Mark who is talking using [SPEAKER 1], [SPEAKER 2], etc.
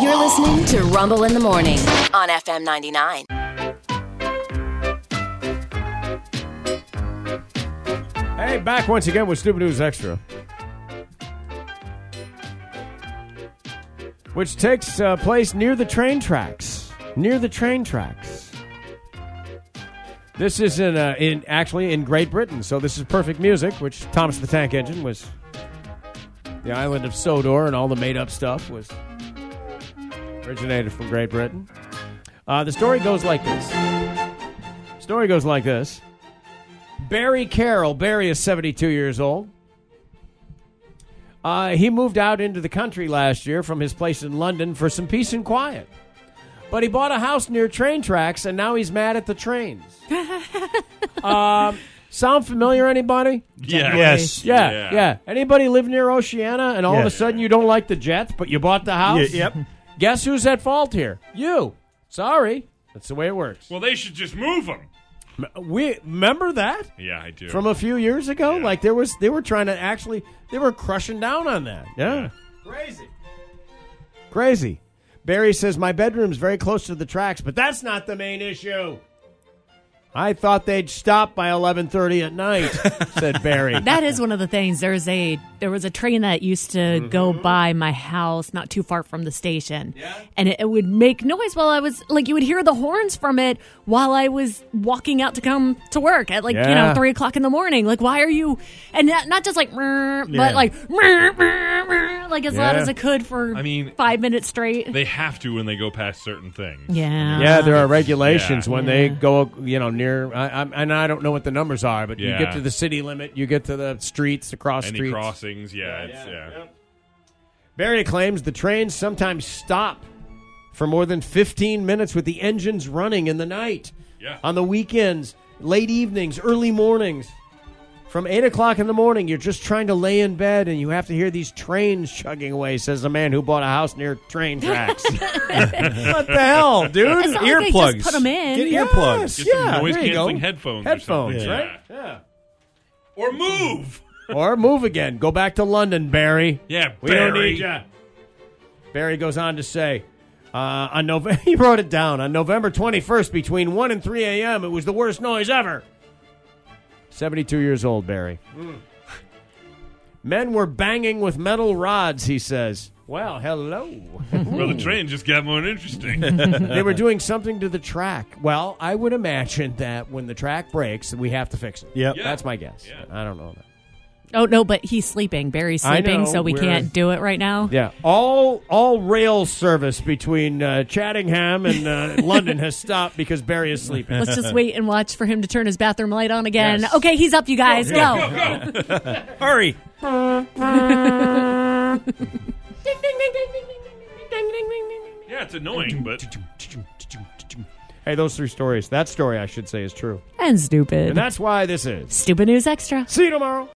[SPEAKER 1] You're listening to Rumble in the Morning on FM 99.
[SPEAKER 2] Hey, back once again with Stupid News Extra. Which takes uh, place near the train tracks. Near the train tracks. This is in, uh, in actually in Great Britain, so this is perfect music, which Thomas the Tank Engine was the island of Sodor and all the made up stuff was originated from Great Britain. Uh, the story goes like this. Story goes like this. Barry Carroll. Barry is 72 years old. Uh, he moved out into the country last year from his place in London for some peace and quiet. But he bought a house near train tracks, and now he's mad at the trains. um, sound familiar, anybody?
[SPEAKER 3] Yeah.
[SPEAKER 4] Yes.
[SPEAKER 2] Yeah, yeah, Anybody live near Oceana, and all of a
[SPEAKER 4] Yes.
[SPEAKER 2] sudden you don't like the Jets, but you bought the house?
[SPEAKER 4] Ye- yep.
[SPEAKER 2] Guess who's at fault here? You. Sorry. That's the way it works.
[SPEAKER 3] Well, they should just move them.
[SPEAKER 2] We remember that?
[SPEAKER 3] Yeah, I do.
[SPEAKER 2] from a few years ago.
[SPEAKER 3] Yeah.
[SPEAKER 2] Like there was, they were trying to actually, they were crushing down on that. Yeah, crazy, crazy. Barry says my bedroom's very close to the tracks, but that's not the main issue. I thought they'd stop by eleven thirty at night," said Barry.
[SPEAKER 5] That is one of the things. There's a there was a train that used to go
[SPEAKER 2] Mm-hmm.
[SPEAKER 5] by my house, not too far from the station, and it, it would make noise while I was like you would hear the horns from it while I was walking out to come to work at like you
[SPEAKER 2] Yeah.
[SPEAKER 5] know three o'clock in the morning. Like why are you and not, not just like "Mrr,"
[SPEAKER 2] Yeah.
[SPEAKER 5] but like "Mrr, mrr, mrr," like as loud
[SPEAKER 2] Yeah.
[SPEAKER 5] as I could for
[SPEAKER 3] I
[SPEAKER 5] I
[SPEAKER 3] mean-
[SPEAKER 5] mean five minutes straight.
[SPEAKER 3] They have to when they go past certain things.
[SPEAKER 5] yeah,
[SPEAKER 2] Yeah, there are regulations
[SPEAKER 3] Uh-huh. Yeah.
[SPEAKER 2] when they go, you know, near. I, I'm, and I don't know what the numbers are, but you
[SPEAKER 3] Yeah.
[SPEAKER 2] get to the city limit, you get to the streets, the cross
[SPEAKER 3] Any
[SPEAKER 2] streets.
[SPEAKER 3] crossings? Yeah, it's, yeah.
[SPEAKER 2] Barry claims the trains sometimes stop for more than 15 minutes with the engines running in the night,
[SPEAKER 3] Yeah.
[SPEAKER 2] on the weekends, late evenings, early mornings. From 8 o'clock in the morning, you're just trying to lay in bed and you have to hear these trains chugging away, says the man who bought a house near train tracks. what the hell, dude?
[SPEAKER 5] It's not like they just
[SPEAKER 4] Earplugs.
[SPEAKER 5] put 'em in.
[SPEAKER 4] Get
[SPEAKER 2] Yes,
[SPEAKER 4] earplugs.
[SPEAKER 3] Get some
[SPEAKER 2] yeah,
[SPEAKER 3] noise
[SPEAKER 2] there you
[SPEAKER 3] canceling
[SPEAKER 2] go.
[SPEAKER 3] headphones or
[SPEAKER 2] Headphones,
[SPEAKER 3] something.
[SPEAKER 2] right? Yeah.
[SPEAKER 3] Or move.
[SPEAKER 2] or move again. Go back to London, Barry.
[SPEAKER 3] Yeah,
[SPEAKER 2] we don't
[SPEAKER 3] Barry.
[SPEAKER 2] need ya. Barry goes on to say, uh, on November he wrote it down on November 21st between 1 and 3 a.m. It was the worst noise ever. 72 years old, Barry. Men were banging with metal rods, he says. Well, hello.
[SPEAKER 3] Well, the train just got more interesting.
[SPEAKER 2] they were doing something to the track. Well, I would imagine that when the track breaks, we have to fix it.
[SPEAKER 4] Yep.
[SPEAKER 3] Yeah.
[SPEAKER 2] That's my guess.
[SPEAKER 3] Yeah.
[SPEAKER 2] I don't know.
[SPEAKER 5] Oh no, but he's sleeping. Barry's
[SPEAKER 2] I
[SPEAKER 5] sleeping,
[SPEAKER 2] know,
[SPEAKER 5] so we
[SPEAKER 2] we're-
[SPEAKER 5] can't do it right now.
[SPEAKER 2] Yeah, all all rail service between uh, Chattingham and uh, London has stopped because Barry is sleeping.
[SPEAKER 5] Let's just wait and watch for him to turn his bathroom light on again.
[SPEAKER 2] Yes.
[SPEAKER 5] Okay, he's up, you guys. Go.
[SPEAKER 4] Hurry.
[SPEAKER 3] yeah, it's annoying, but
[SPEAKER 2] Hey, those three stories. That story, I should say, is true,
[SPEAKER 5] And
[SPEAKER 2] and
[SPEAKER 5] stupid.
[SPEAKER 2] that's why this is.
[SPEAKER 5] Stupid News Extra.
[SPEAKER 2] See you tomorrow.